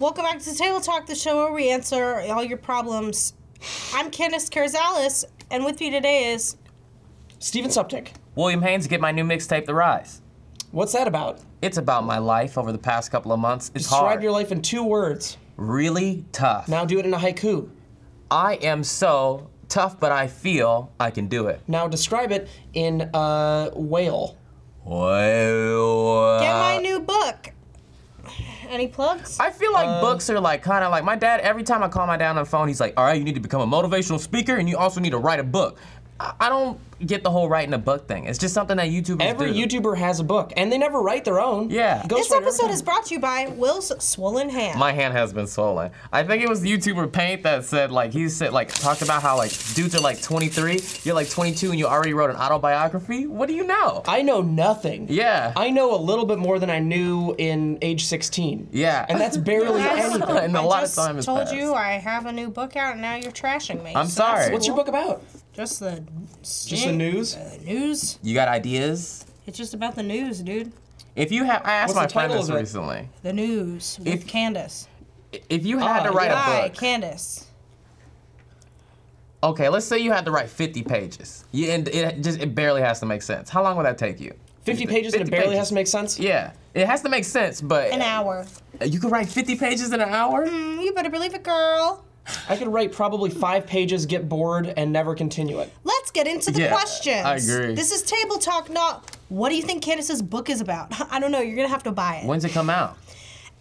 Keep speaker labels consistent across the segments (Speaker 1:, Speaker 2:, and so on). Speaker 1: Welcome back to Table Talk, the show where we answer all your problems. I'm Candice Carzalis, and with me today is
Speaker 2: Steven Suptic.
Speaker 3: William Haynes get my new mixtape, The Rise.
Speaker 2: What's that about?
Speaker 3: It's about my life over the past couple of months. It's
Speaker 2: Describe
Speaker 3: hard,
Speaker 2: your life in two words.
Speaker 3: really tough.
Speaker 2: Now do it in a haiku.
Speaker 3: I am so tough, but I feel I can do it.
Speaker 2: Now describe it in uh, whale.
Speaker 3: Well,
Speaker 1: get my new book. Any plugs?
Speaker 3: Uh, I feel
Speaker 2: Uh,
Speaker 3: like books are like kind of like my dad. Every time I call my dad on the phone, he's like, "All right, you need to become a motivational speaker, and you also need to write a book." I I don't get the whole writing a book thing. It's just something that YouTubers
Speaker 2: Every
Speaker 3: do.
Speaker 2: YouTuber has a book, and they never write their own.
Speaker 3: Yeah.
Speaker 2: Ghostwriter
Speaker 1: This
Speaker 2: every
Speaker 1: episode
Speaker 2: time.
Speaker 1: is brought to you by Will's swollen hand.
Speaker 3: My hand has been swollen. I think it was YouTuber Paint that said like he said like talked about how like dudes are like 23, you're like 22 and you already wrote an autobiography. What do you know?
Speaker 2: I know nothing.
Speaker 3: Yeah.
Speaker 2: I know a little bit more than I knew in age 16.
Speaker 3: Yeah.
Speaker 2: And that's barely
Speaker 1: Yes.
Speaker 2: anything.
Speaker 3: and a
Speaker 1: I
Speaker 3: lot
Speaker 1: just
Speaker 3: of time has
Speaker 1: told
Speaker 3: passed.
Speaker 1: you I have a new book out, and now you're trashing me.
Speaker 3: I'm
Speaker 1: So that's
Speaker 3: sorry.
Speaker 2: What's your book about?
Speaker 1: Just the
Speaker 2: Just the news?
Speaker 1: The news.
Speaker 3: You got ideas?
Speaker 1: It's just about the news, dude.
Speaker 3: If you have, I
Speaker 2: What's
Speaker 3: asked my
Speaker 2: the
Speaker 3: friend
Speaker 2: title
Speaker 3: this
Speaker 2: of it?
Speaker 3: recently.
Speaker 1: The news with
Speaker 3: If-
Speaker 1: Candace.
Speaker 3: I- If you had
Speaker 2: Ah,
Speaker 3: to write
Speaker 1: Hi,
Speaker 3: a book,
Speaker 1: Candace.
Speaker 3: okay, let's say you had to write 50 pages, you, and it just it barely has to make sense. How long would that take you?
Speaker 2: 50 pages and it
Speaker 3: 50
Speaker 2: barely
Speaker 3: pages.
Speaker 2: has to make sense?
Speaker 3: Yeah, it has to make sense, but
Speaker 1: An hour.
Speaker 3: you could write 50 pages in an hour.
Speaker 1: Mm, You better believe it, girl.
Speaker 2: I could write probably five pages, get bored, and never continue it.
Speaker 1: Let's get into the
Speaker 3: Yeah,
Speaker 1: questions.
Speaker 3: I agree.
Speaker 1: This is table talk, not what do you think Candace's book is about? I don't know. You're gonna have to buy it.
Speaker 3: When's it come out?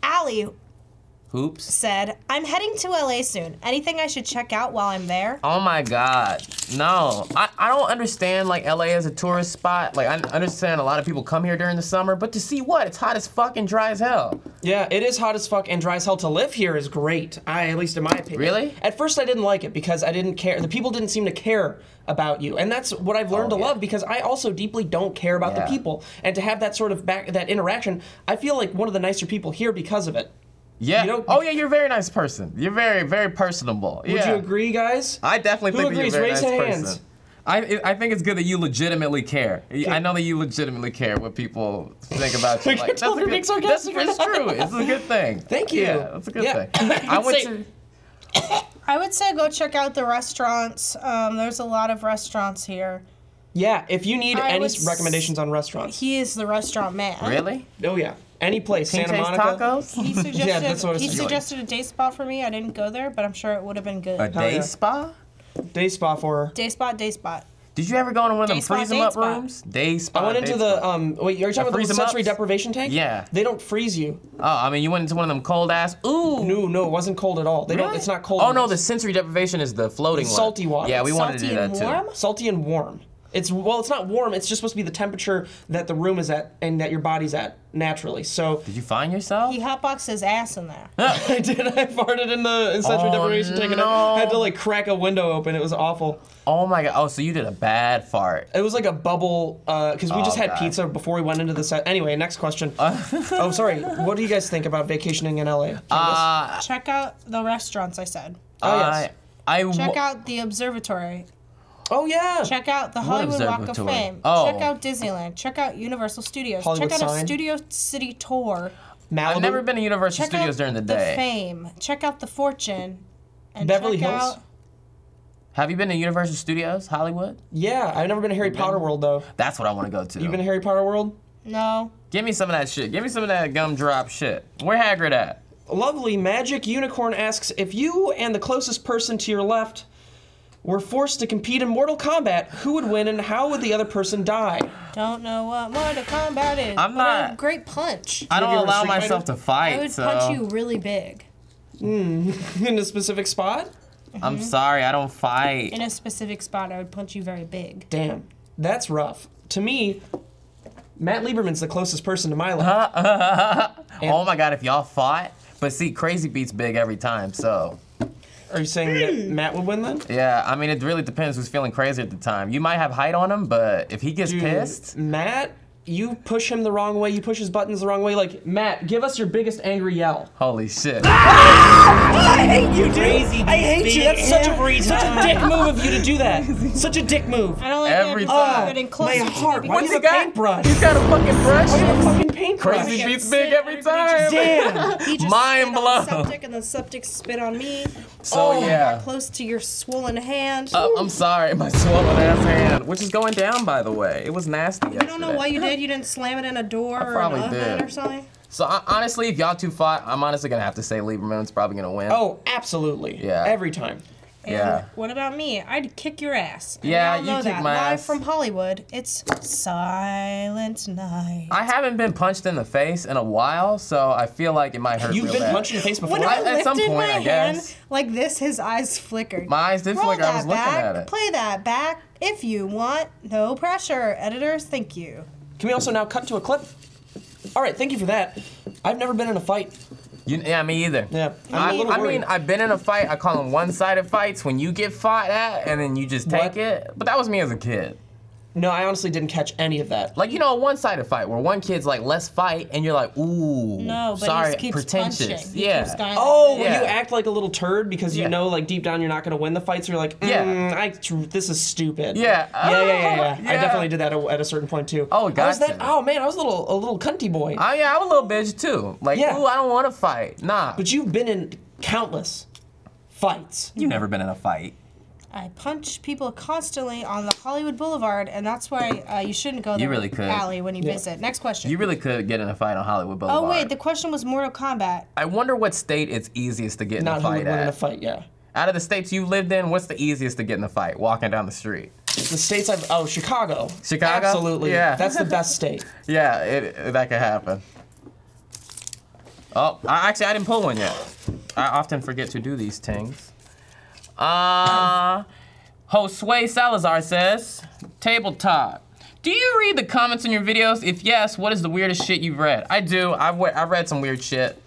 Speaker 1: Allie
Speaker 3: Hoops.
Speaker 1: said, "I'm heading to LA soon. Anything I should check out while I'm there?"
Speaker 3: Oh my God, no! I, I don't understand like LA as a tourist spot. Like I understand a lot of people come here during the summer, but to see what? It's hot as fuck and dry as hell.
Speaker 2: Yeah, it is hot as fuck and dry as hell. To live here is great. I, at least in my opinion.
Speaker 3: Really?
Speaker 2: At first, I didn't like it because I didn't care. The people didn't seem to care about you, and that's what I've learned
Speaker 3: Oh,
Speaker 2: to
Speaker 3: yeah.
Speaker 2: love because I also deeply don't care about
Speaker 3: Yeah.
Speaker 2: the people. And to have that sort of back that interaction, I feel like one of the nicer people here because of it.
Speaker 3: Yeah.
Speaker 2: You don't-
Speaker 3: oh yeah, you're a very nice person. You're very very personable.
Speaker 2: Would
Speaker 3: yeah.
Speaker 2: you agree, guys?
Speaker 3: I definitely
Speaker 2: Who
Speaker 3: think
Speaker 2: agrees?
Speaker 3: that you're a very
Speaker 2: Raise
Speaker 3: nice
Speaker 2: your
Speaker 3: person.
Speaker 2: hands.
Speaker 3: I, I think it's good that you legitimately care. I know that you legitimately care what people think about you.
Speaker 2: You can tell
Speaker 3: a
Speaker 2: they're
Speaker 3: good-
Speaker 2: being
Speaker 3: that's,
Speaker 2: sarcastic or
Speaker 3: it's
Speaker 2: not.
Speaker 3: true. It's a good thing.
Speaker 2: Thank you.
Speaker 3: Yeah, that's a good
Speaker 2: Yeah.
Speaker 3: thing. I went
Speaker 2: Say-
Speaker 3: to.
Speaker 1: I would say go check out the restaurants. Um, there's a lot of restaurants here.
Speaker 2: Yeah. If you need
Speaker 1: I
Speaker 2: any
Speaker 1: would
Speaker 2: s- recommendations on restaurants,
Speaker 1: He is the restaurant man.
Speaker 3: Really?
Speaker 2: oh yeah, any place,
Speaker 3: Teen
Speaker 2: Santa
Speaker 3: Taste
Speaker 2: Monica.
Speaker 3: Tacos?
Speaker 1: He suggested
Speaker 2: that's what I
Speaker 1: he
Speaker 2: said.
Speaker 1: suggested a day spot for me. I didn't go there, but I'm sure it would have been good.
Speaker 3: A day
Speaker 2: yeah.
Speaker 3: spa?
Speaker 2: Day spa for.
Speaker 1: day spot, day spot.
Speaker 3: Did you ever go into one of them
Speaker 1: Day spa,
Speaker 3: freeze them
Speaker 1: date
Speaker 3: up
Speaker 1: spa.
Speaker 3: rooms? Uh, Day spa.
Speaker 2: I went
Speaker 3: date
Speaker 2: into
Speaker 3: spa.
Speaker 2: the um. Wait, are you talking about
Speaker 3: freeze
Speaker 2: the
Speaker 3: 'em
Speaker 2: sensory
Speaker 3: ups?
Speaker 2: deprivation tank?
Speaker 3: Yeah.
Speaker 2: They don't freeze you.
Speaker 3: Oh, I mean, you went into one of them cold ass. Ooh.
Speaker 2: No, no, it wasn't cold at all. They don't.
Speaker 3: Really?
Speaker 2: It's not cold.
Speaker 3: Oh no, the sensory deprivation is the floating one.
Speaker 2: Salty water.
Speaker 3: Yeah, we wanted to
Speaker 1: Salty
Speaker 3: do that
Speaker 1: and
Speaker 3: too.
Speaker 1: warm.
Speaker 2: salty and warm. It's well, it's not warm. It's just supposed to be the temperature that the room is at and that your body's at naturally. So
Speaker 3: Did you find yourself?
Speaker 1: He hotboxed his ass in there.
Speaker 2: I did. I farted in the in sensory
Speaker 3: Oh,
Speaker 2: deprivation tank and I
Speaker 3: no.
Speaker 2: had to like crack a window open. It was awful.
Speaker 3: Oh my god. Oh, so you did a bad fart.
Speaker 2: It was like a bubble because we just
Speaker 3: Oh,
Speaker 2: had
Speaker 3: God. Uh,
Speaker 2: pizza before we went into the set. Anyway, next question. oh, sorry. What do you guys think about vacationing in LA? Candace?
Speaker 3: Uh,
Speaker 1: Check out the restaurants. I said.
Speaker 2: oh
Speaker 3: I,
Speaker 2: yes.
Speaker 3: I w-
Speaker 1: Check out the observatory.
Speaker 2: Oh yeah.
Speaker 1: Check out the Hollywood Walk of
Speaker 3: observatory?
Speaker 1: Fame.
Speaker 3: Oh.
Speaker 1: Check out Disneyland. Check out Universal Studios.
Speaker 2: Hollywood
Speaker 1: check out a
Speaker 2: sign.
Speaker 1: Studio City tour.
Speaker 2: Malibu.
Speaker 3: I've never been to Universal
Speaker 1: Check
Speaker 3: Studios
Speaker 1: out
Speaker 3: during the
Speaker 1: The
Speaker 3: day.
Speaker 1: Fame. Check out the Fortune. And
Speaker 2: Beverly
Speaker 1: check
Speaker 2: Hills.
Speaker 1: Out,
Speaker 3: Have you been to Universal Studios, Hollywood?
Speaker 2: Yeah, I've never been to Harry Potter World though.
Speaker 3: That's what I want to go to.
Speaker 2: You been to Harry Potter World?
Speaker 1: no.
Speaker 3: Give me some of that shit. Give me some of that gumdrop shit. Where Hagrid at?
Speaker 2: Lovely Magic Unicorn asks if you and the closest person to your left were forced to compete in Mortal Kombat, who would win and how would the other person die?
Speaker 1: Don't know what Mortal Kombat is.
Speaker 3: I'm
Speaker 1: but a
Speaker 3: not-
Speaker 1: Great punch.
Speaker 3: I don't
Speaker 2: you ever
Speaker 3: allow
Speaker 2: Street Fighter?
Speaker 3: myself to fight.
Speaker 1: I would
Speaker 3: so
Speaker 1: punch you really big
Speaker 2: in a specific spot?
Speaker 3: I'm
Speaker 1: Mm-hmm.
Speaker 3: sorry, I don't fight.
Speaker 1: in a specific spot. I would punch you very big.
Speaker 2: Damn, that's rough. To me, Matt Lieberman's the closest person to my left.
Speaker 3: oh my god, if y'all fought. But see, Crazy beats big every time, so
Speaker 2: Are you saying that Matt would win then?
Speaker 3: yeah. I mean, it really depends who's feeling crazy at the time. You might have height on him, but if he gets
Speaker 2: Hmm.
Speaker 3: pissed,
Speaker 2: Matt, you push him the wrong way, you push his buttons the wrong way. Like, Matt, give us your biggest angry yell.
Speaker 3: holy shit.
Speaker 2: Ah, I hate you, dude. I hate you. That's such a, such a dick move of you to do that. such a dick move.
Speaker 1: I don't like
Speaker 3: Every
Speaker 1: that.
Speaker 3: time.
Speaker 1: But in close
Speaker 2: My
Speaker 1: to you
Speaker 2: heart. Why
Speaker 1: because
Speaker 2: do you have a paintbrush?
Speaker 3: got a fucking brush.
Speaker 2: Why do you have a fucking paintbrush.
Speaker 3: Crazy
Speaker 1: Like,
Speaker 3: beats
Speaker 1: sit
Speaker 3: big every
Speaker 1: and everybody
Speaker 3: time.
Speaker 1: just-
Speaker 2: Damn.
Speaker 1: He just
Speaker 3: Mind
Speaker 1: spit on the
Speaker 3: blown.
Speaker 1: Septic and the septic spit on me.
Speaker 3: So,
Speaker 1: Oh,
Speaker 3: yeah.
Speaker 1: Close to your swollen hand.
Speaker 3: Uh, I'm sorry, my swollen ass hand, which is going down, by the way. It was nasty.
Speaker 1: you don't know why you did. You didn't slam it in a door or
Speaker 3: probably
Speaker 1: an oven
Speaker 3: did.
Speaker 1: or something.
Speaker 3: So I, honestly, if y'all two fought, I'm honestly gonna have to say Lieberman's probably gonna win.
Speaker 2: Oh, absolutely.
Speaker 3: Yeah.
Speaker 2: Every time.
Speaker 1: And
Speaker 3: Yeah.
Speaker 1: What about me? I'd kick your ass. And
Speaker 3: Yeah,
Speaker 1: y'all
Speaker 3: you
Speaker 1: know
Speaker 3: kick
Speaker 1: that.
Speaker 3: my
Speaker 1: Live
Speaker 3: ass.
Speaker 1: from Hollywood, it's Silent Night.
Speaker 3: I haven't been punched in the face in a while, so I feel like it might hurt.
Speaker 2: You've
Speaker 3: real
Speaker 2: been
Speaker 3: bad.
Speaker 2: punched in the face before.
Speaker 1: when I,
Speaker 3: Well, at
Speaker 1: lifted
Speaker 3: some point,
Speaker 1: my
Speaker 3: I guess.
Speaker 1: hand like this, his eyes flickered.
Speaker 3: My eyes did
Speaker 1: Roll
Speaker 3: flicker. I
Speaker 1: that
Speaker 3: was looking
Speaker 1: back,
Speaker 3: at it.
Speaker 1: Play that back if you want. No pressure. Editors, thank you.
Speaker 2: Can we also now cut to a clip? All right, thank you for that. I've never been in a fight.
Speaker 3: You, yeah, me either.
Speaker 2: Yeah, I'm
Speaker 3: I,
Speaker 2: a little
Speaker 3: I
Speaker 2: worried.
Speaker 3: mean, I've been in a fight. I call them one-sided fights when you get fought at, and then you just take
Speaker 2: What?
Speaker 3: it. But that was me as a kid.
Speaker 2: No, I honestly didn't catch any of that.
Speaker 3: Like you know, a one-sided fight where one kid's like, "Let's fight," and you're like, "Ooh,
Speaker 1: No, but
Speaker 3: sorry,
Speaker 1: he keeps
Speaker 3: pretentious."
Speaker 1: punching. He
Speaker 3: Yeah.
Speaker 1: keeps going
Speaker 2: Oh,
Speaker 1: like
Speaker 2: when
Speaker 3: Yeah.
Speaker 2: you act like a little turd because you
Speaker 3: Yeah.
Speaker 2: know, like deep down, you're not going to win the fight. So you're like,
Speaker 3: Yeah.
Speaker 2: mm, I, this is stupid.
Speaker 3: Yeah.
Speaker 2: yeah, yeah, yeah, yeah. I
Speaker 3: Yeah.
Speaker 2: definitely did that at at a certain point too.
Speaker 3: Oh,
Speaker 2: I was
Speaker 3: gotcha.
Speaker 2: that. Oh man, I was a little a little cunty boy.
Speaker 3: I, Oh, yeah, I'm a little bitch too. Like,
Speaker 2: Yeah.
Speaker 3: ooh, I don't want to fight. Nah.
Speaker 2: but you've been in countless fights.
Speaker 3: You've never been in a fight.
Speaker 1: I punch people constantly on the Hollywood Boulevard, and that's why uh, you shouldn't go there.
Speaker 3: really could.
Speaker 1: Alley when you visit. Next question.
Speaker 3: You really could get in a fight on Hollywood Boulevard.
Speaker 1: oh wait, the question was Mortal Kombat.
Speaker 3: I wonder what state it's easiest to get in
Speaker 2: Not
Speaker 3: a
Speaker 2: who would
Speaker 3: fight
Speaker 2: win
Speaker 3: at.
Speaker 2: in a fight. Yeah.
Speaker 3: Out of the states you lived in, what's the easiest to get in a fight? Walking down the street.
Speaker 2: The states I've oh Chicago.
Speaker 3: Chicago?
Speaker 2: Absolutely.
Speaker 3: Yeah.
Speaker 2: That's the best state.
Speaker 3: Yeah, it, that could happen. Oh, I, actually, I didn't pull one yet. I often forget to do these things. Uh, Josue Salazar says, Table Talk. Do you read the comments in your videos? If yes, what is the weirdest shit you've read? I do. I've, we- I've read some weird shit.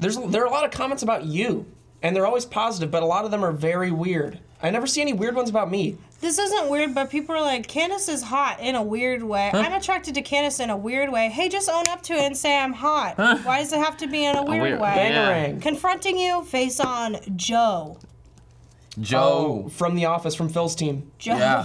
Speaker 2: There's there are a lot of comments about you, and they're always positive, but a lot of them are very weird. I never see any weird ones about me.
Speaker 1: This isn't weird, but people are like, Candace is hot in a weird way. I'm attracted to Candace in a weird way. Hey, just own up to it and say I'm hot. Why does it have to be in a weird,
Speaker 3: weird-
Speaker 1: way?
Speaker 3: yeah.
Speaker 2: Bangarang.
Speaker 1: Confronting you face on Joe.
Speaker 3: Joe.
Speaker 2: Oh, from The Office, from Phil's team.
Speaker 1: Joe.
Speaker 3: Yeah.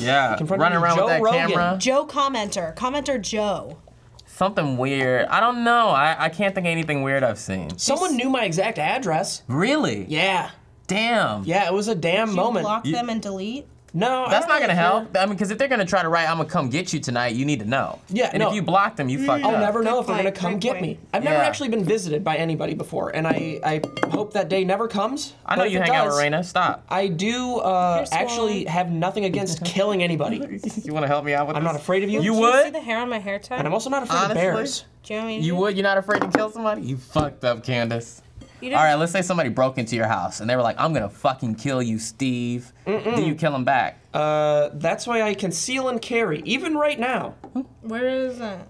Speaker 3: yeah.
Speaker 2: front of
Speaker 3: Running
Speaker 2: me,
Speaker 3: around
Speaker 2: Joe
Speaker 3: with that
Speaker 2: Rogan.
Speaker 3: camera.
Speaker 1: Joe commenter. Commenter Joe.
Speaker 3: Something weird. I don't know. I, I can't think of anything weird I've seen.
Speaker 2: Someone knew my exact address.
Speaker 3: Really?
Speaker 2: Yeah,
Speaker 3: Damn.
Speaker 2: yeah, it was a damn
Speaker 1: You
Speaker 2: moment.
Speaker 1: block them and delete.
Speaker 2: No, I
Speaker 3: That's
Speaker 2: don't
Speaker 3: not
Speaker 2: really
Speaker 3: gonna
Speaker 2: care.
Speaker 3: help. I mean, because if they're gonna try to write, "I'm gonna come get you tonight," you need to know.
Speaker 2: Yeah,
Speaker 3: And
Speaker 2: no.
Speaker 3: if you block them, you fucked
Speaker 2: I'll
Speaker 3: up.
Speaker 2: never know if they're
Speaker 1: point,
Speaker 2: gonna come
Speaker 1: good
Speaker 2: get
Speaker 1: point.
Speaker 2: me. I've never
Speaker 3: Yeah.
Speaker 2: actually been visited by anybody before, and I, I hope that day never comes.
Speaker 3: I know
Speaker 2: but if
Speaker 3: you
Speaker 2: it
Speaker 3: hang out with
Speaker 2: does,
Speaker 3: Raina. Stop.
Speaker 2: I do uh,
Speaker 1: You're
Speaker 2: actually
Speaker 1: swollen.
Speaker 2: have nothing against killing anybody.
Speaker 3: you wanna help me out with
Speaker 2: I'm
Speaker 3: this?
Speaker 2: not afraid of you.
Speaker 3: You
Speaker 1: Do
Speaker 3: would?
Speaker 1: You see the hair on my hair tie?
Speaker 2: and I'm also not afraid
Speaker 3: Honestly?
Speaker 2: of bears.
Speaker 1: Do you know what I mean?
Speaker 3: You would? You're not afraid to kill somebody? You fucked up, Candace.
Speaker 1: You
Speaker 3: All right,
Speaker 1: didn't-
Speaker 3: let's say somebody broke into your house and they were like, "I'm gonna fucking kill you, Steve." Then you kill him back.
Speaker 2: Uh, that's why I conceal and carry, even right now.
Speaker 1: Where is that?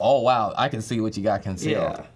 Speaker 3: oh wow, I can see what you got concealed.
Speaker 2: Yeah.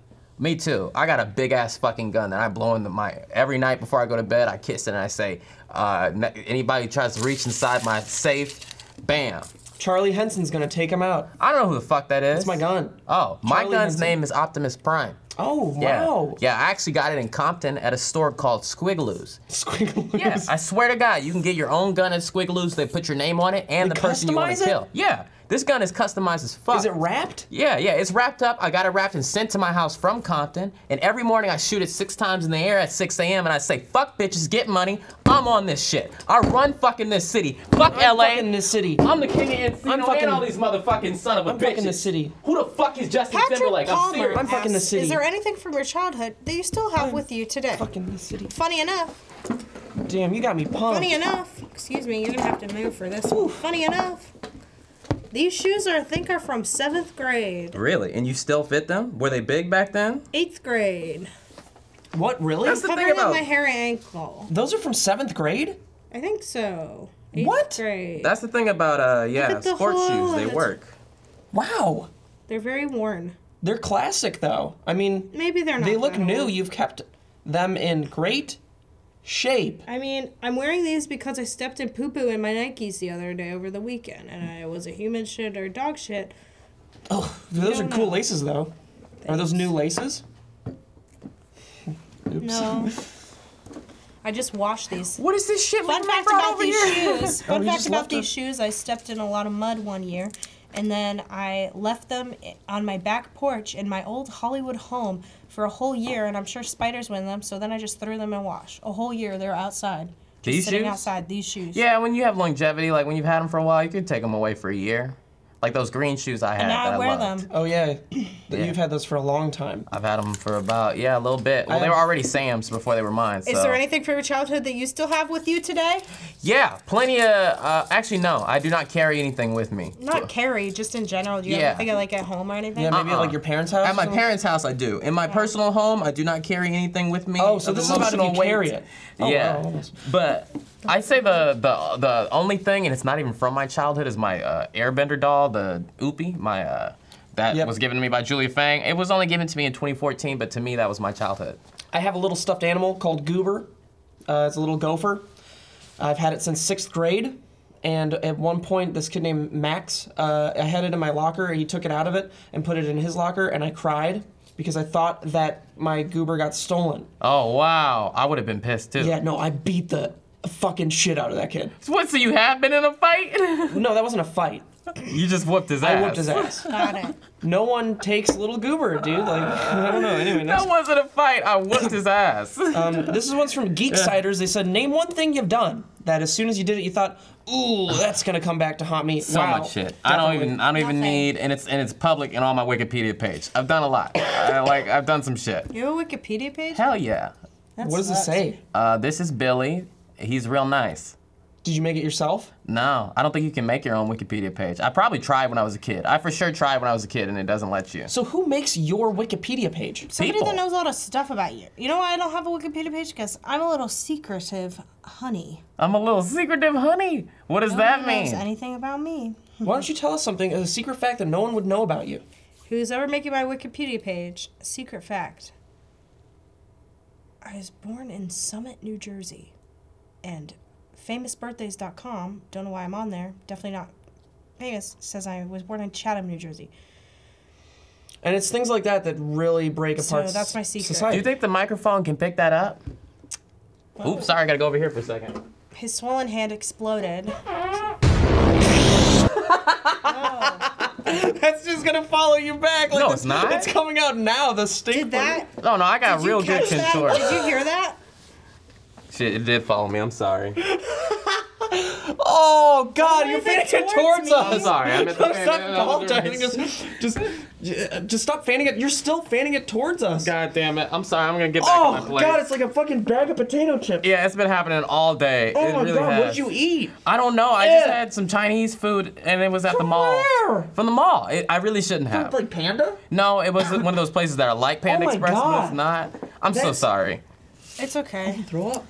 Speaker 3: Me too. I got a big ass fucking gun that I blow in the, my every night before I go to bed. I kiss it and I say, uh, n- anybody who tries to reach inside my safe, bam.
Speaker 2: Charlie Henson's gonna take him out.
Speaker 3: I don't know who the fuck that is.
Speaker 2: That's my gun.
Speaker 3: Oh, my
Speaker 2: Charlie
Speaker 3: gun's
Speaker 2: Henson.
Speaker 3: name is Optimus Prime.
Speaker 2: Oh
Speaker 3: Yeah.
Speaker 2: wow.
Speaker 3: Yeah, I actually got it in Compton at a store called Squigaloo's.
Speaker 2: Squiggles.
Speaker 3: Yeah, I swear to God, you can get your own gun at Squigaloo's. They put your name on it and
Speaker 2: They
Speaker 3: the person you want
Speaker 2: customize
Speaker 3: to
Speaker 2: it?
Speaker 3: kill. Yeah, this gun is customized as fuck.
Speaker 2: Is it wrapped?
Speaker 3: Yeah, yeah, it's wrapped up. I got it wrapped and sent to my house from Compton. And every morning I shoot it six times in the air at 6 a.m. and I say, fuck bitches, get money. I'm on this shit. I run fucking this city. Fuck
Speaker 2: I'm
Speaker 3: LA.
Speaker 2: fucking this city.
Speaker 3: I'm the king of Encino
Speaker 2: I'm fucking-
Speaker 3: and all these motherfucking son of a
Speaker 2: I'm
Speaker 3: bitches.
Speaker 2: fucking this city.
Speaker 3: Who the fuck is Justin
Speaker 1: Patrick
Speaker 3: Timberlake? I'm
Speaker 1: Palmer.
Speaker 3: serious.
Speaker 2: I'm fucking the
Speaker 1: asks,
Speaker 2: city.
Speaker 1: Is there anything from your childhood that you still have with you today?
Speaker 2: Fucking this city.
Speaker 1: Funny enough.
Speaker 2: Damn, you got me pumped.
Speaker 1: Funny enough, excuse me, you're gonna have to move for this one. Funny enough, these shoes are, I think, are from seventh grade,
Speaker 3: Really? And you still fit them? Were they big back then?
Speaker 1: eighth grade.
Speaker 2: What really?
Speaker 3: That's the thing
Speaker 1: Covering up
Speaker 3: about-
Speaker 1: my hairy ankle.
Speaker 2: Those are from seventh grade.
Speaker 1: I think so. Eighth
Speaker 2: What?
Speaker 1: Grade.
Speaker 3: That's the thing about uh yeah,
Speaker 1: at the
Speaker 3: sports shoes,
Speaker 1: hole.
Speaker 3: they work.
Speaker 2: Wow.
Speaker 1: They're very worn.
Speaker 2: They're classic though. I mean,
Speaker 1: Maybe they're not.
Speaker 2: they look
Speaker 1: that
Speaker 2: new.
Speaker 1: old.
Speaker 2: You've kept them in great shape.
Speaker 1: I mean, I'm wearing these because I stepped in poo poo in my Nikes the other day over the weekend, and I was a human shit or dog shit.
Speaker 2: Oh, those are
Speaker 1: don't
Speaker 2: cool
Speaker 1: know.
Speaker 2: laces though. Are those new laces? Oops.
Speaker 1: No. I just washed these.
Speaker 3: What is this shit?
Speaker 1: Fun fact about these shoes. Fun
Speaker 2: we
Speaker 1: fact
Speaker 2: just
Speaker 1: about
Speaker 2: left
Speaker 1: these
Speaker 2: it.
Speaker 1: shoes. I stepped in a lot of mud one year, and then I left them i- on my back porch in my old Hollywood home for a whole year, and I'm sure spiders win them. So then I just threw them in wash. A whole year they're outside, just
Speaker 3: These
Speaker 1: sitting
Speaker 3: shoes?
Speaker 1: outside. These shoes.
Speaker 3: Yeah, when you have longevity, like when you've had them for a while, you could take them away for a year. Like those green shoes I had
Speaker 1: And now
Speaker 3: that
Speaker 1: I
Speaker 3: I
Speaker 1: wear
Speaker 3: loved.
Speaker 1: them.
Speaker 2: Oh yeah, Th-
Speaker 3: Yeah.
Speaker 2: you've had those for a long time.
Speaker 3: I've had them for about yeah a little bit. Well,
Speaker 2: I
Speaker 3: they
Speaker 2: have-
Speaker 3: were already Sam's before they were
Speaker 1: Um,
Speaker 3: mine.
Speaker 1: Is
Speaker 3: so-
Speaker 1: there anything from your childhood that you still have with you today?
Speaker 3: Yeah, plenty of. Uh, actually, no, I do not carry anything with me.
Speaker 1: Not carry, just in general. Do you
Speaker 3: Yeah.
Speaker 1: have anything like at home or anything?
Speaker 2: Yeah, maybe at
Speaker 3: Uh-uh.
Speaker 2: like your parents' house.
Speaker 3: At
Speaker 2: or
Speaker 3: my
Speaker 2: something?
Speaker 3: parents' house, I do. In my personal home, I do not carry anything with me.
Speaker 2: Oh, so
Speaker 3: of
Speaker 2: this is about if
Speaker 3: emotional
Speaker 2: you
Speaker 3: weight.
Speaker 2: carry it. Oh,
Speaker 3: yeah,
Speaker 2: wow, almost.
Speaker 3: but I say the the the only thing, and it's not even from my childhood, is my uh, Airbender doll, the Oopie, my uh, that
Speaker 2: Yep.
Speaker 3: was given to me by Julia Fang. It was only given to me in 2014, but to me that was my childhood.
Speaker 2: I have a little stuffed animal called Goober. Uh, it's a little gopher. I've had it since sixth grade. And at one point, this kid named Max, uh, I had it in my locker. He took it out of it and put it in his locker, and I cried because I thought that my Goober got stolen.
Speaker 3: Oh wow, I would have been pissed too.
Speaker 2: Yeah, no, I beat the fucking shit out of that kid.
Speaker 3: What? So you have been in a fight?
Speaker 2: No, that wasn't a fight.
Speaker 3: you just whooped his ass.
Speaker 2: I whooped his ass.
Speaker 1: Got it.
Speaker 2: No one takes little Goober, dude. Like, I don't know. Anyway, next.
Speaker 3: That wasn't a fight. I whooped his ass.
Speaker 2: Um, this is one's from Geeksiders. They said, name one thing you've done that as soon as you did it, you thought, ooh, that's gonna come back to haunt me.
Speaker 3: so much shit. I don't even. I don't even
Speaker 1: Nothing.
Speaker 3: need. And it's and it's public and on my Wikipedia page. I've done a lot. I, like I've done some shit.
Speaker 1: You have a Wikipedia page?
Speaker 3: Hell yeah.
Speaker 2: What does it say?
Speaker 3: Uh, this is Billy. He's real nice.
Speaker 2: Did you make it yourself?
Speaker 3: No, I don't think you can make your own Wikipedia page. I probably tried when I was a kid. I for sure tried when I was a kid, and it doesn't let you.
Speaker 2: So who makes your Wikipedia page?
Speaker 1: Somebody
Speaker 3: people.
Speaker 1: that knows a lot of stuff about you. You know why I don't have a Wikipedia page? Because I'm a little secretive, honey.
Speaker 3: I'm a little secretive honey. What does that
Speaker 1: Nobody knows
Speaker 3: mean?
Speaker 1: anything about me?
Speaker 2: Why don't you tell us something, a secret fact that no one would know about you?
Speaker 1: Who's ever making my Wikipedia page? Secret fact. I was born in Summit, New Jersey, and famousbirthdays.com. Don't know why I'm on there. Definitely not famous. Says I was born in Chatham, New Jersey.
Speaker 2: And it's things like that that really break
Speaker 1: So
Speaker 2: apart.
Speaker 1: that's my
Speaker 2: s-
Speaker 1: secret.
Speaker 3: Do
Speaker 2: Society.
Speaker 3: you think the microphone can pick that up? Oops, sorry, I gotta go over here for a second.
Speaker 1: His swollen hand exploded.
Speaker 2: that's just gonna follow you back. Like
Speaker 3: No,
Speaker 2: the-
Speaker 3: it's not.
Speaker 2: It's coming out now. The stink.
Speaker 1: Did that?
Speaker 3: No, no, I got
Speaker 1: Did you
Speaker 3: real good
Speaker 1: catch that?
Speaker 3: contour.
Speaker 1: Did you hear that?
Speaker 3: Shit, it did follow me. I'm sorry.
Speaker 2: Oh God, you're
Speaker 1: Why is it
Speaker 2: fanning
Speaker 1: towards
Speaker 2: it towards
Speaker 1: me?
Speaker 2: us.
Speaker 3: I'm sorry. I meant to
Speaker 2: Stop
Speaker 3: fan it. I was
Speaker 2: apologizing.
Speaker 3: nervous.
Speaker 2: Just, just, yeah, just stop fanning it. You're still fanning it towards us.
Speaker 3: God damn it. I'm sorry. I'm gonna get back on my
Speaker 2: Oh
Speaker 3: plate.
Speaker 2: God, it's like a fucking bag of potato chips.
Speaker 3: yeah, it's been happening all day.
Speaker 2: Oh
Speaker 3: it
Speaker 2: my
Speaker 3: really
Speaker 2: God, what
Speaker 3: has.
Speaker 2: did you eat?
Speaker 3: I don't know. I just
Speaker 2: Ew.
Speaker 3: had some Chinese food and it was at the
Speaker 2: From
Speaker 3: mall.
Speaker 2: where?
Speaker 3: From the mall. It, I really shouldn't have.
Speaker 2: Like panda?
Speaker 3: no, it was one of those places that are like Panda
Speaker 2: Oh my
Speaker 3: Express, but it's
Speaker 2: God.
Speaker 3: not. I'm so
Speaker 2: That's-
Speaker 3: sorry.
Speaker 1: It's okay.
Speaker 2: Throw up.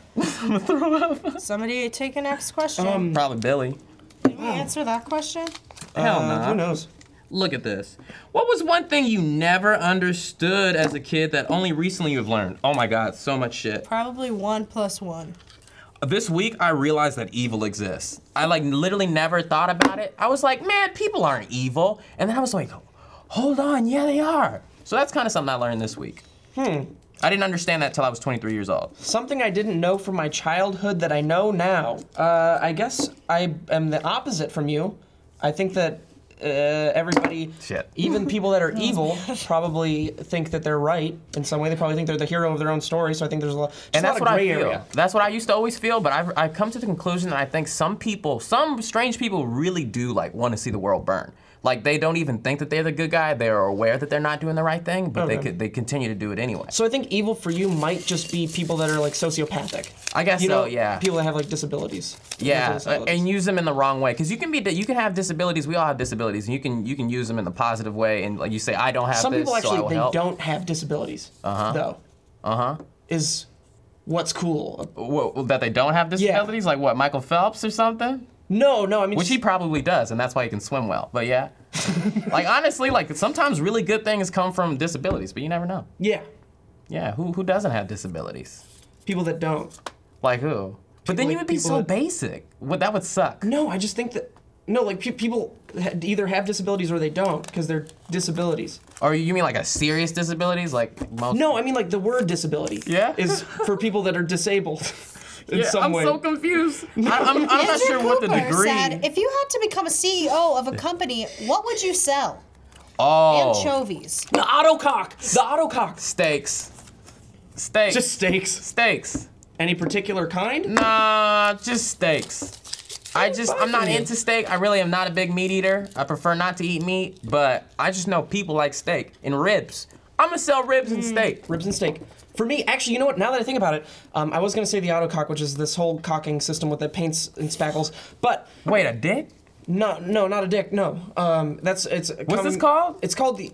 Speaker 1: Somebody take a next question.
Speaker 3: Probably Billy.
Speaker 1: Did we answer that question?
Speaker 3: Hell
Speaker 2: Uh,
Speaker 3: no.
Speaker 2: Who knows?
Speaker 3: Look at this. What was one thing you never understood as a kid that only recently you've learned? Oh my God, so much shit.
Speaker 1: Probably one plus one.
Speaker 3: This week, I realized that evil exists. I like literally never thought about it. I was like, man, people aren't evil. And then I was like, hold on, yeah, they are. So that's kind of something I learned this week. Hmm. I didn't understand that till I was 23 years old.
Speaker 2: Something I didn't know from my childhood that I know now. Uh, I guess I am the opposite from you. I think that uh, everybody,
Speaker 3: Shit.
Speaker 2: even people that are evil, probably think that they're right in some way. They probably think they're the hero of their own story. So I think there's a lot. just
Speaker 3: And
Speaker 2: a
Speaker 3: that's
Speaker 2: lot
Speaker 3: what
Speaker 2: of
Speaker 3: I
Speaker 2: gray
Speaker 3: feel.
Speaker 2: area.
Speaker 3: That's what I used to always feel, but I've, I've come to the conclusion that I think some people, some strange people, really do like want to see the world burn. Like they don't even think that they're the good guy. They are aware that they're not doing the right thing, but they
Speaker 2: Okay.
Speaker 3: could, they continue to do it anyway.
Speaker 2: So I think evil for you might just be people that are like sociopathic.
Speaker 3: I guess
Speaker 2: you
Speaker 3: so,
Speaker 2: know,
Speaker 3: yeah.
Speaker 2: People that have like disabilities. mental
Speaker 3: Yeah, uh,
Speaker 2: disabilities.
Speaker 3: and use them in the wrong way because you can be you can have disabilities. We all have disabilities, and you can you can use them in the positive way. And like you say, I don't have
Speaker 2: some
Speaker 3: this,
Speaker 2: people actually
Speaker 3: so I will
Speaker 2: they
Speaker 3: help.
Speaker 2: don't have disabilities. Uh-huh. Though. Uh huh. Is what's cool.
Speaker 3: Wha- that they don't have disabilities, like what Michael Phelps or something,
Speaker 2: No, no. I mean,
Speaker 3: which he probably does, and that's why he can swim well. But yeah, like honestly, like sometimes really good things come from disabilities, but you never know.
Speaker 2: yeah.
Speaker 3: Yeah, who who doesn't have disabilities?
Speaker 2: People that don't.
Speaker 3: Like who? But then
Speaker 2: People-
Speaker 3: you would be
Speaker 2: people
Speaker 3: so
Speaker 2: that-
Speaker 3: basic. What that would suck.
Speaker 2: No, I just think that. No, like pe- people ha- either have disabilities or they don't because they're disabilities.
Speaker 3: Or you mean like a serious disabilities, like most.
Speaker 2: No, I mean like the word disability.
Speaker 3: Yeah?
Speaker 2: Is for people that are disabled. in
Speaker 3: Yeah,
Speaker 2: some
Speaker 3: I'm
Speaker 2: way.
Speaker 3: so confused. I, I'm, I'm not
Speaker 1: Andrew
Speaker 3: sure what the
Speaker 1: Cooper
Speaker 3: degree.
Speaker 1: said, if you had to become a CEO of a company, what would you sell?
Speaker 3: oh,
Speaker 1: Anchovies.
Speaker 2: the autocock. The autocock.
Speaker 3: steaks, steaks,
Speaker 2: Just steaks.
Speaker 3: steaks.
Speaker 2: Any particular kind?
Speaker 3: Nah, just steaks. I just I'm not
Speaker 2: fine.
Speaker 3: into steak. I really am not a big meat eater. I prefer not to eat meat, but I just know people like steak and ribs. I'm gonna sell ribs
Speaker 1: Hmm.
Speaker 3: and steak.
Speaker 2: Ribs and steak. For me, actually, you know what? Now that I think about it, um, I was gonna say the autocock, which is this whole cocking system with the paints and spackles, but
Speaker 3: Wait, a dick?
Speaker 2: no, no, not a dick. No, um, that's it's. What's
Speaker 3: this called?
Speaker 2: It's called the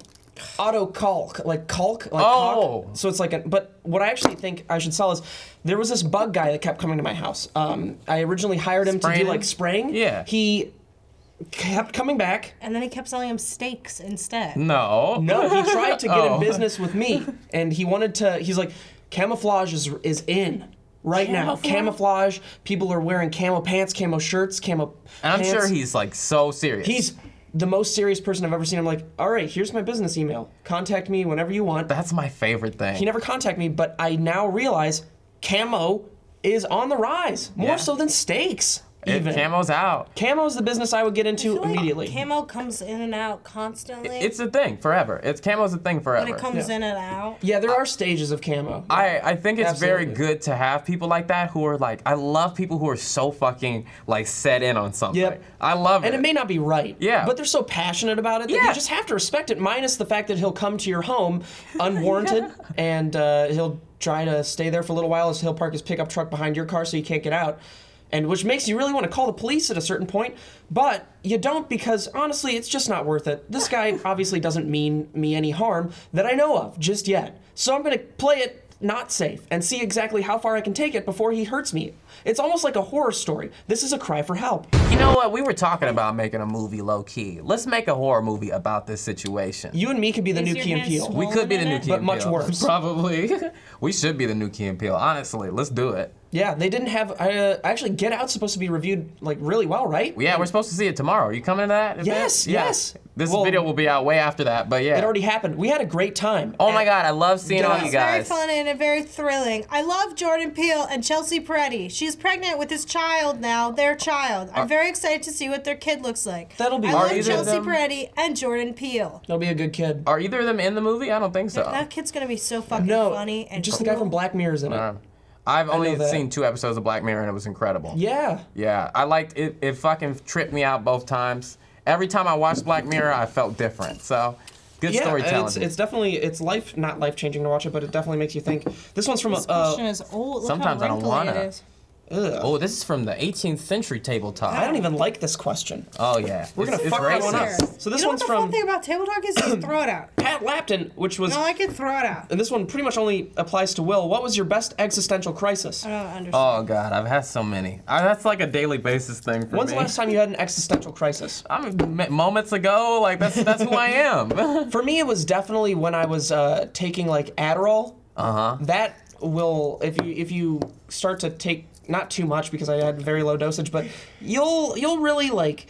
Speaker 2: auto calc, like calc, like
Speaker 3: Oh.
Speaker 2: cock. So it's like, a, but what I actually think I should sell is there was this bug guy that kept coming to my house. Um, I originally hired him to
Speaker 3: Spraying?
Speaker 2: do like spraying.
Speaker 3: Yeah.
Speaker 2: He kept coming back.
Speaker 1: And then he kept selling him steaks instead.
Speaker 2: Mm,
Speaker 3: No.
Speaker 2: No, he tried to get
Speaker 3: Oh.
Speaker 2: in business with me, and he wanted to. He's like, camouflage is is in right now. Camouflage. People are wearing camo pants, camo shirts, camo.
Speaker 3: And I'm
Speaker 2: pants.
Speaker 3: sure he's like so serious.
Speaker 2: He's the most serious person I've ever seen. I'm like, all right, here's my business email. Contact me whenever you want.
Speaker 3: that's my favorite thing.
Speaker 2: He never contacted me, but I now realize camo is on the rise more
Speaker 3: Yeah.
Speaker 2: so than steaks.
Speaker 3: It-
Speaker 2: Even
Speaker 3: camo's out.
Speaker 2: camo is the business I would get
Speaker 1: I
Speaker 2: into
Speaker 1: feel like
Speaker 2: immediately.
Speaker 1: Camo comes in and out constantly.
Speaker 3: It's a thing forever. It's camo's a thing forever.
Speaker 1: when it comes in and out.
Speaker 2: yeah, there are stages of camo.
Speaker 3: I, I think it's very
Speaker 2: Absolutely.
Speaker 3: good to have people like that who are like I love people who are so fucking like set in on something.
Speaker 2: Yep.
Speaker 3: I love
Speaker 2: and it may not be right.
Speaker 3: Yeah.
Speaker 2: But they're so passionate about it that
Speaker 3: Yeah.
Speaker 2: you just have to respect it, minus the fact that he'll come to your home unwarranted and uh, he'll try to stay there for a little while as he'll park his pickup truck behind your car so you can't get out. And which makes you really want to call the police at a certain point, but you don't because honestly, it's just not worth it. This guy obviously doesn't mean me any harm that I know of just yet. So I'm going to play it not safe and see exactly how far I can take it before he hurts me. It's almost like a horror story. This is a cry for help.
Speaker 3: You know what? We were talking about making a movie low key. Let's make a horror movie about this situation.
Speaker 2: You and me could be the
Speaker 1: Is
Speaker 2: new
Speaker 1: your
Speaker 2: Key and
Speaker 1: hand
Speaker 2: Peele.
Speaker 1: swollen?
Speaker 3: we could be the new
Speaker 1: But
Speaker 3: Key and
Speaker 2: much
Speaker 3: Peele.
Speaker 2: worse.
Speaker 3: Probably. we should be the new Key and Peele. Honestly, let's do it.
Speaker 2: yeah, they didn't have. Uh, actually, Get Out's supposed to be reviewed like really well, right?
Speaker 3: Yeah, we're supposed to see it tomorrow. Are you coming to that? event?
Speaker 2: Yes,
Speaker 3: Yeah.
Speaker 2: yes.
Speaker 3: This
Speaker 2: Well-
Speaker 3: video will be out way after that, but yeah.
Speaker 2: It already happened. We had a great time.
Speaker 3: oh my God, I love seeing all
Speaker 2: It's
Speaker 3: you
Speaker 1: It's
Speaker 3: guys.
Speaker 1: very fun and very thrilling. I love Jordan Peele and Chelsea Peretti. She's pregnant with his child now, their child. I'm very excited to see what their kid looks like.
Speaker 2: That'll be
Speaker 1: I
Speaker 2: Are
Speaker 1: love
Speaker 3: either of
Speaker 1: Chelsea
Speaker 3: them-
Speaker 1: Peretti and Jordan Peele.
Speaker 2: That'll be a good kid.
Speaker 3: Are either of them in the movie? I don't think so.
Speaker 1: That kid's gonna be so fucking
Speaker 2: no,
Speaker 1: funny and
Speaker 2: Uh, just
Speaker 1: cool.
Speaker 2: the guy from Black Mirror's in it.
Speaker 3: I've only
Speaker 2: know that.
Speaker 3: seen two episodes of Black Mirror and it was incredible.
Speaker 2: yeah.
Speaker 3: Yeah, I liked it. It fucking tripped me out both times. Every time I watched Black Mirror, I felt different. So, good
Speaker 2: Yeah,
Speaker 3: storytelling.
Speaker 2: it's, it's definitely it's life not life changing to watch it, but it definitely makes you think. This one's from a uh,
Speaker 1: is old. Look
Speaker 3: sometimes I don't
Speaker 1: wrinkly it
Speaker 3: wanna.
Speaker 1: is.
Speaker 3: oh, this is from the 18th century tabletop.
Speaker 2: uh, I don't even like this question.
Speaker 3: Oh yeah,
Speaker 2: We're gonna
Speaker 3: It's- it's
Speaker 2: fuck that one up.
Speaker 3: racist.
Speaker 2: So this
Speaker 1: you know
Speaker 2: one's
Speaker 1: what the fun
Speaker 2: from
Speaker 1: thing about table talk is you can throw it out.
Speaker 2: Pat Lapton, which was
Speaker 1: No, I can throw it out.
Speaker 2: and this one pretty much only applies to Will. What was your best existential crisis?
Speaker 1: I don't understand.
Speaker 3: Oh god, I've had so many. I, that's like a daily basis thing for
Speaker 2: When's
Speaker 3: me.
Speaker 2: the last time you had an existential crisis?
Speaker 3: I'm m- moments ago. Like that's that's who I am.
Speaker 2: For me, it was definitely when I was uh, taking like Adderall.
Speaker 3: Uh-huh.
Speaker 2: That will, if you if you start to take not too much because I had very low dosage, but you'll you'll really like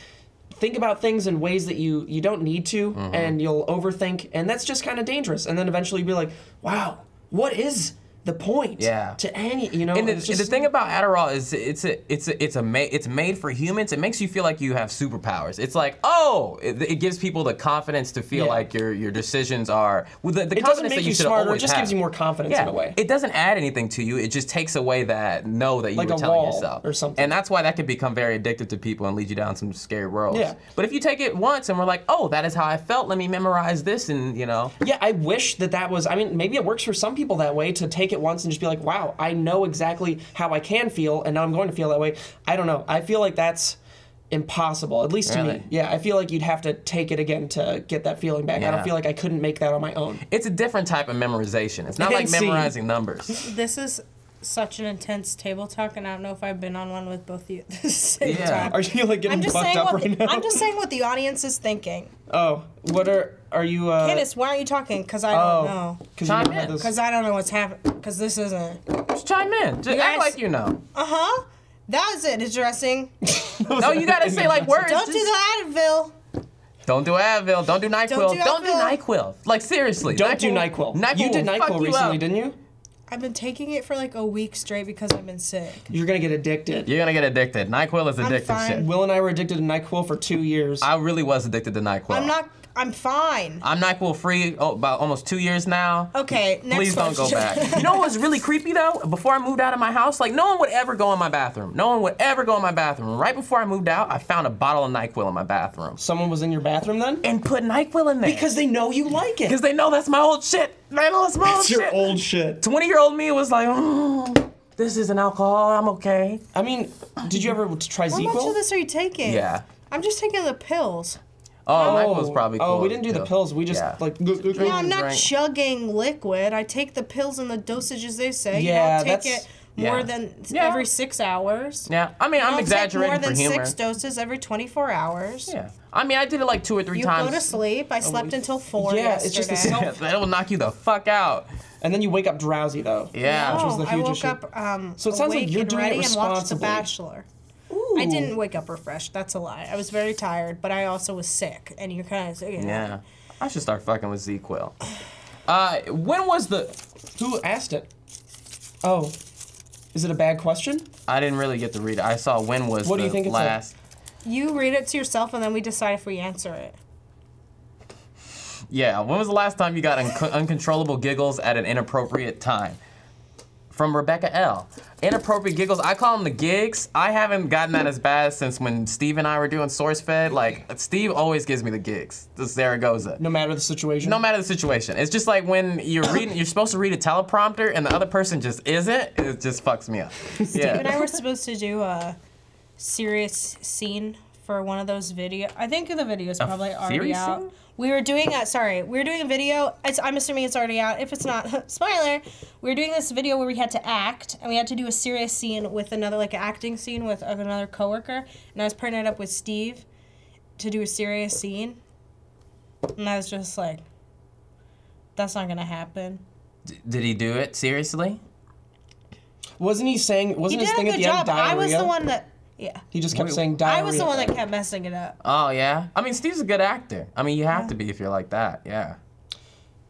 Speaker 2: think about things in ways that you you don't need to,
Speaker 3: Mm-hmm.
Speaker 2: and you'll overthink, and that's just kind of dangerous. And then eventually you'll be like, wow, what is the point?
Speaker 3: Yeah.
Speaker 2: To any, you know.
Speaker 3: And the,
Speaker 2: it's
Speaker 3: and the
Speaker 2: just-
Speaker 3: thing about Adderall is it's a it's a, it's a ma- it's made for humans. It makes you feel like you have superpowers. It's like oh, it, it gives people the confidence to feel
Speaker 2: Yeah.
Speaker 3: like your your decisions are well, the, the
Speaker 2: it doesn't
Speaker 3: confidence that
Speaker 2: make
Speaker 3: you
Speaker 2: you
Speaker 3: should
Speaker 2: smarter. It
Speaker 3: always
Speaker 2: just
Speaker 3: have.
Speaker 2: gives you more confidence
Speaker 3: yeah,
Speaker 2: in a way.
Speaker 3: it doesn't add anything to you. It just takes away that no that you
Speaker 2: Like
Speaker 3: were
Speaker 2: a
Speaker 3: telling
Speaker 2: wall
Speaker 3: yourself
Speaker 2: or something.
Speaker 3: And that's why that could become very addictive to people and lead you down some scary roads.
Speaker 2: Yeah.
Speaker 3: But if you take it once and we're like, oh, that is how I felt. Let me memorize this and you know.
Speaker 2: Yeah, I wish that that was. I mean, maybe it works for some people that way to take it once and just be like, wow, I know exactly how I can feel, and now I'm going to feel that way. I don't know. I feel like that's impossible, at least to
Speaker 3: Really?
Speaker 2: me. Yeah, I feel like you'd have to take it again to get that feeling back. I
Speaker 3: Yeah.
Speaker 2: don't feel like I couldn't make that on my own.
Speaker 3: It's a different type of memorization. It's not like
Speaker 2: And scene.
Speaker 3: memorizing numbers.
Speaker 1: This is such an intense table talk, and I don't know if I've been on one with both of you at the same
Speaker 3: Yeah.
Speaker 1: time.
Speaker 2: Are you like getting
Speaker 1: I'm just
Speaker 2: fucked
Speaker 1: saying
Speaker 2: up
Speaker 1: what
Speaker 2: right
Speaker 1: the,
Speaker 2: now?
Speaker 1: I'm just saying what the audience is thinking.
Speaker 2: oh, what are are you? Uh,
Speaker 1: Candace, why aren't you talking? Because I
Speaker 2: oh.
Speaker 1: don't know.
Speaker 2: Because
Speaker 3: Chime
Speaker 2: you don't
Speaker 3: in.
Speaker 2: have this.
Speaker 1: Because I don't know what's happening. Because this isn't. Uh
Speaker 3: Just chime in. Just act
Speaker 1: guys-
Speaker 3: like you know.
Speaker 1: huh. That is it. Addressing.
Speaker 3: No, you gotta say like words.
Speaker 1: Don't do the Advil.
Speaker 3: Don't do Advil. Don't do Nyquil. Don't
Speaker 1: Don't
Speaker 3: do,
Speaker 1: do
Speaker 3: NyQuil. Like seriously.
Speaker 2: Don't do Nyquil. You did
Speaker 3: will fuck
Speaker 2: Nyquil
Speaker 3: you
Speaker 2: recently,
Speaker 3: up.
Speaker 2: didn't you?
Speaker 1: I've been taking it for like a week straight because I've been sick.
Speaker 2: You're gonna get addicted.
Speaker 3: You're gonna get addicted. Nyquil is addictive
Speaker 1: fine.
Speaker 3: shit.
Speaker 2: Will and I were addicted to Nyquil for two years.
Speaker 3: I really was addicted to Nyquil.
Speaker 1: I'm not. I'm fine.
Speaker 3: I'm Nyquil free oh, about almost two years now.
Speaker 1: Okay. Next
Speaker 3: Please don't go
Speaker 1: question.
Speaker 3: back. You know what was really creepy though? Before I moved out of my house, like no one would ever go in my bathroom. No one would ever go in my bathroom. Right before I moved out, I found a bottle of Nyquil in my bathroom
Speaker 2: Someone was in your bathroom then?
Speaker 3: and put Nyquil in there
Speaker 2: Because they know you like it.
Speaker 3: because they know that's my old shit. They know that's my old
Speaker 2: It's your
Speaker 3: shit.
Speaker 2: old shit.
Speaker 3: 20 year old me was like, mm, this isn't alcohol. I'm okay.
Speaker 2: I mean, did you ever try
Speaker 1: How much of
Speaker 2: Zequel?
Speaker 1: this are you taking?
Speaker 3: Yeah.
Speaker 1: I'm just taking the pills.
Speaker 3: Oh, Nyquil's probably cool.
Speaker 2: Oh, we didn't do the pills. We just
Speaker 3: Yeah.
Speaker 2: like.
Speaker 1: No, I'm not
Speaker 3: drink.
Speaker 1: chugging liquid. I take the pills in the dosages they say.
Speaker 2: Yeah,
Speaker 1: you don't take
Speaker 2: that's-
Speaker 1: it more
Speaker 3: yeah.
Speaker 1: than s-
Speaker 3: Yeah.
Speaker 1: every six hours.
Speaker 3: Yeah, I mean,
Speaker 1: You
Speaker 3: I'm
Speaker 1: don't
Speaker 3: exaggerating
Speaker 1: take more than
Speaker 3: for humor.
Speaker 1: six doses every 24 hours.
Speaker 3: yeah, I mean, I did it like two or three
Speaker 1: You
Speaker 3: times.
Speaker 1: go to sleep. I slept until four
Speaker 2: Yeah, it's
Speaker 1: yesterday.
Speaker 2: just the
Speaker 3: Yeah, That'll knock you the fuck out.
Speaker 2: And then you wake up drowsy though.
Speaker 3: Yeah.
Speaker 1: No,
Speaker 3: Which
Speaker 2: was the
Speaker 1: Oh, I
Speaker 2: huge
Speaker 1: woke
Speaker 2: issue.
Speaker 1: up. Um,
Speaker 2: So it sounds like
Speaker 1: awake
Speaker 2: you're
Speaker 1: and
Speaker 2: doing it
Speaker 1: ready and watched The
Speaker 2: responsibly.
Speaker 1: Bachelor. I didn't wake up refreshed. That's a lie. I was very tired, but I also was sick, and you're kind of sick.
Speaker 3: Yeah, I should start fucking with ZQL. Uh, when was the?
Speaker 2: Who asked it? Oh, is it a bad question?
Speaker 3: I didn't really get to read it. I saw when was
Speaker 2: What
Speaker 3: the
Speaker 2: do you think it's like?
Speaker 3: last.
Speaker 1: You read it to yourself, and then we decide if we answer it.
Speaker 3: Yeah, when was the last time you got un- uncontrollable giggles at an inappropriate time? From Rebecca L. Inappropriate giggles. I call them the gigs. I haven't gotten that as bad since when Steve and I were doing SourceFed. Like Steve always gives me the gigs. This Zaragoza.
Speaker 2: No matter the situation.
Speaker 3: No matter the situation, it's just like when you're reading, you're supposed to read a teleprompter and the other person just isn't. It just fucks me up.
Speaker 1: You and I
Speaker 3: Yeah.
Speaker 1: were supposed to do a serious scene for one of those video. I think the video's probably already
Speaker 3: serious
Speaker 1: out.
Speaker 3: scene?
Speaker 1: We were doing a sorry, we were doing a video. It's, I'm assuming it's already out. If it's not, spoiler. We were doing this video where we had to act and we had to do a serious scene with another like an acting scene with another coworker, and I was partnered up with Steve to do a serious scene, and I was just like, that's not gonna happen.
Speaker 3: D- Did he do it seriously?
Speaker 2: Wasn't he saying?
Speaker 1: You
Speaker 2: Wasn't
Speaker 1: did
Speaker 2: his
Speaker 1: a
Speaker 2: thing at
Speaker 1: good
Speaker 2: the end
Speaker 1: job.
Speaker 2: diarrhea?
Speaker 1: I was the one that yeah.
Speaker 2: He just kept
Speaker 3: Wait,
Speaker 2: saying diarrhea.
Speaker 1: I was the one that kept messing it up.
Speaker 3: Oh yeah. I mean, Steve's a good actor. I mean, you have to be if you're like that. Yeah.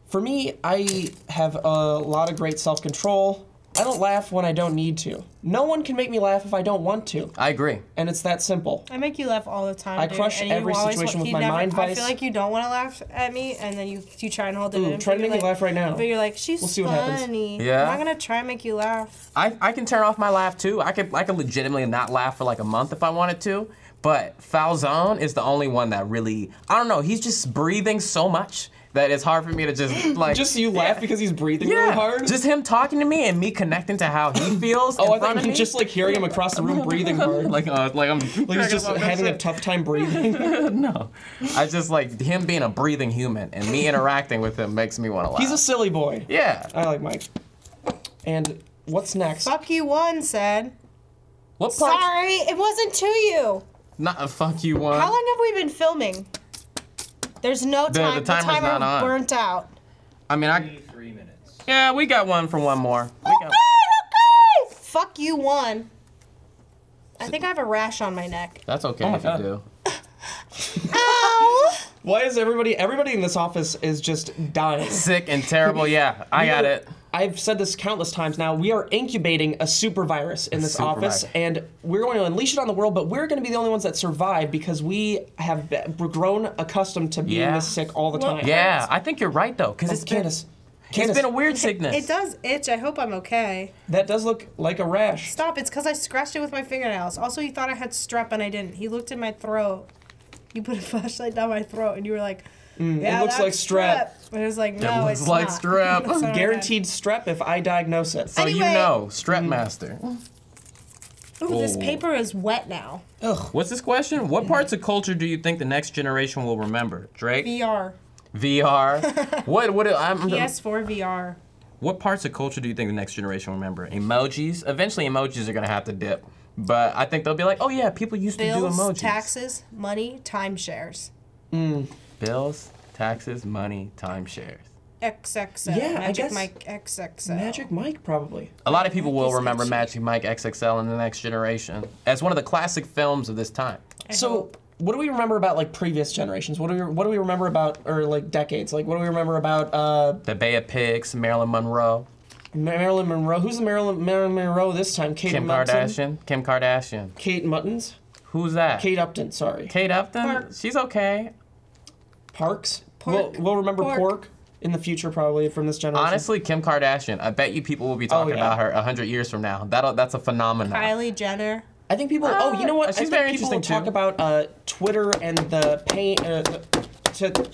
Speaker 2: For me, I have a lot of great self-control. I don't laugh when I don't need to. No one can make me laugh if I don't want to,
Speaker 3: I agree.
Speaker 2: and it's that simple.
Speaker 1: I make you laugh all the time.
Speaker 2: I
Speaker 1: dude,
Speaker 2: crush
Speaker 1: and you
Speaker 2: every
Speaker 1: always wa-
Speaker 2: situation with
Speaker 1: you
Speaker 2: my
Speaker 1: never-
Speaker 2: mind
Speaker 1: I
Speaker 2: vice.
Speaker 1: feel like you don't want to laugh at me, and then you you try and hold it in.
Speaker 2: try
Speaker 1: but
Speaker 2: to
Speaker 1: you're
Speaker 2: make me
Speaker 1: like-
Speaker 2: laugh right now.
Speaker 1: But you're like, she's
Speaker 2: We'll see what happens.
Speaker 1: funny.
Speaker 3: Yeah.
Speaker 1: I'm not gonna try and make you laugh.
Speaker 3: I, I can turn off my laugh too. I could I could legitimately not laugh for like a month if I wanted to. But Falzone is the only one that really I don't know. He's just breathing so much that it's hard for me to just like
Speaker 2: Just so you laugh because he's breathing
Speaker 3: yeah.
Speaker 2: really hard.
Speaker 3: Just him talking to me and me connecting to how he feels. in
Speaker 2: oh, I
Speaker 3: front
Speaker 2: thought
Speaker 3: of
Speaker 2: you
Speaker 3: me.
Speaker 2: just like hearing him across the room breathing hard. like
Speaker 3: like uh, like I'm like
Speaker 2: he's just having a tough time breathing.
Speaker 3: no. I just like him being a breathing human and me interacting with him makes me want to laugh.
Speaker 2: he's a silly boy.
Speaker 3: yeah.
Speaker 2: I like Mike. And what's next?
Speaker 1: Fuck you, one said.
Speaker 3: What part?
Speaker 1: Sorry, it wasn't to you.
Speaker 3: Not a fuck you one.
Speaker 1: How long have we been filming? There's no
Speaker 3: The-
Speaker 1: time.
Speaker 3: the timer's
Speaker 1: timer
Speaker 3: not on.
Speaker 1: burnt out.
Speaker 3: I mean, I.
Speaker 4: Three minutes.
Speaker 3: Yeah, we got one for one more. We
Speaker 1: Okay,
Speaker 3: got-
Speaker 1: okay. Fuck you, one. I think I have a rash on my neck.
Speaker 3: That's okay
Speaker 2: Oh my
Speaker 3: if you
Speaker 2: God.
Speaker 3: do.
Speaker 1: Ow!
Speaker 2: Why is everybody everybody in this office is just dying?
Speaker 3: Sick and terrible. Yeah, I got it.
Speaker 2: I've said this countless times now. We are incubating a super virus in this
Speaker 3: super
Speaker 2: office,
Speaker 3: virus.
Speaker 2: and we're going to unleash it on the world. But we're going to be the only ones that survive because we have be- grown accustomed to being
Speaker 3: Yeah.
Speaker 2: this sick all the time.
Speaker 3: Yeah, I think you're right though, cause it's been
Speaker 2: Candace, Candace,
Speaker 3: it's been a weird sickness.
Speaker 1: It does itch. I hope I'm okay.
Speaker 2: that does look like a rash.
Speaker 1: Stop, it's because I scratched it with my fingernails. Also, he thought I had strep and I didn't. He looked at my throat. You put a flashlight down my throat and you were like, yeah,
Speaker 2: Mm, it looks like
Speaker 1: that's
Speaker 2: strep.
Speaker 1: And I was like, no,
Speaker 3: looks
Speaker 1: it's
Speaker 3: like
Speaker 1: not."
Speaker 3: strep.
Speaker 1: That's not
Speaker 2: Guaranteed strep if I diagnose it.
Speaker 3: so you
Speaker 1: Anyway. Mm.
Speaker 3: know, strep master.
Speaker 1: what I got. Ooh, this
Speaker 3: Ooh.
Speaker 1: paper is wet now.
Speaker 2: Ugh.
Speaker 3: What's this question? What parts of culture do you think the next generation will remember? Drake,
Speaker 1: VR.
Speaker 3: VR. what what I'm,
Speaker 1: PS4 VR.
Speaker 3: what parts of culture do you think the next generation will remember? Emojis. Eventually, emojis are gonna have to dip, but I think they'll be like, oh yeah, people used to do
Speaker 1: Bills,
Speaker 3: emojis.
Speaker 1: taxes, money, timeshares.
Speaker 3: Bills, taxes, money, timeshares.
Speaker 1: XXL.
Speaker 2: Yeah, I
Speaker 1: Magic
Speaker 2: guess-
Speaker 1: Mike XXL.
Speaker 2: Magic Mike probably.
Speaker 3: A lot of people will
Speaker 1: He's
Speaker 3: remember
Speaker 1: actually-
Speaker 3: Magic Mike XXL in the next generation as one of the classic films of this time.
Speaker 2: So, what do we remember about like previous generations? What do we what do we remember about or like decades? Like what do we remember about uh
Speaker 3: The Bay of Pigs, Marilyn Monroe.
Speaker 2: Marilyn Monroe. Who's the Marilyn, Marilyn Monroe this time? Kate
Speaker 3: Kim
Speaker 2: Upton?
Speaker 3: Kardashian. Kim Kardashian.
Speaker 2: Kate Muttons.
Speaker 3: Who's that?
Speaker 2: Kate Upton. Sorry.
Speaker 3: Kate Upton.
Speaker 1: Park.
Speaker 3: She's okay.
Speaker 2: Parks.
Speaker 1: Pork.
Speaker 2: We'll, we'll remember
Speaker 1: Pork.
Speaker 2: pork. in the future probably from this generation.
Speaker 3: Honestly, Kim Kardashian. I bet you people will be talking
Speaker 2: Oh, yeah.
Speaker 3: about her a hundred years from now. That will that's a phenomenon.
Speaker 1: Kylie Jenner.
Speaker 2: I think people. oh, you know what?
Speaker 3: she's
Speaker 2: I think
Speaker 3: very
Speaker 2: people
Speaker 3: interesting,
Speaker 2: will talk
Speaker 3: too.
Speaker 2: about uh, Twitter and the pain. Uh, the, to,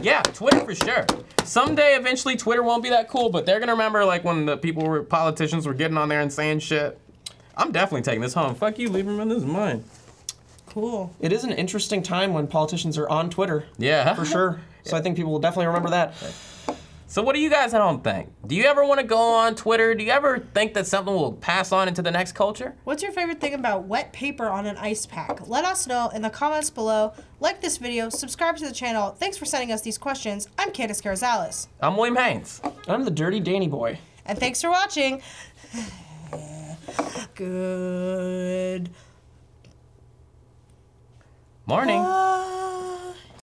Speaker 3: Yeah, Twitter for sure. Someday, eventually, Twitter won't be that cool, but they're gonna remember like when the people were politicians were getting on there and saying shit. I'm definitely taking this home. Fuck you, Lieberman. This is mine.
Speaker 1: Cool.
Speaker 2: it is an interesting time when politicians are on Twitter.
Speaker 3: Yeah.
Speaker 2: For sure. So I think people will definitely remember that.
Speaker 3: So what do you guys at home think? Do you ever want to go on Twitter? Do you ever think that something will pass on into the next culture?
Speaker 1: What's your favorite thing about wet paper on an ice pack? Let us know in the comments below. Like this video, subscribe to the channel. Thanks for sending us these questions. I'm Candace Carrizales.
Speaker 3: I'm William Haynes.
Speaker 2: I'm the dirty Danny boy.
Speaker 1: And thanks for watching. Good
Speaker 3: Morning.
Speaker 1: morning.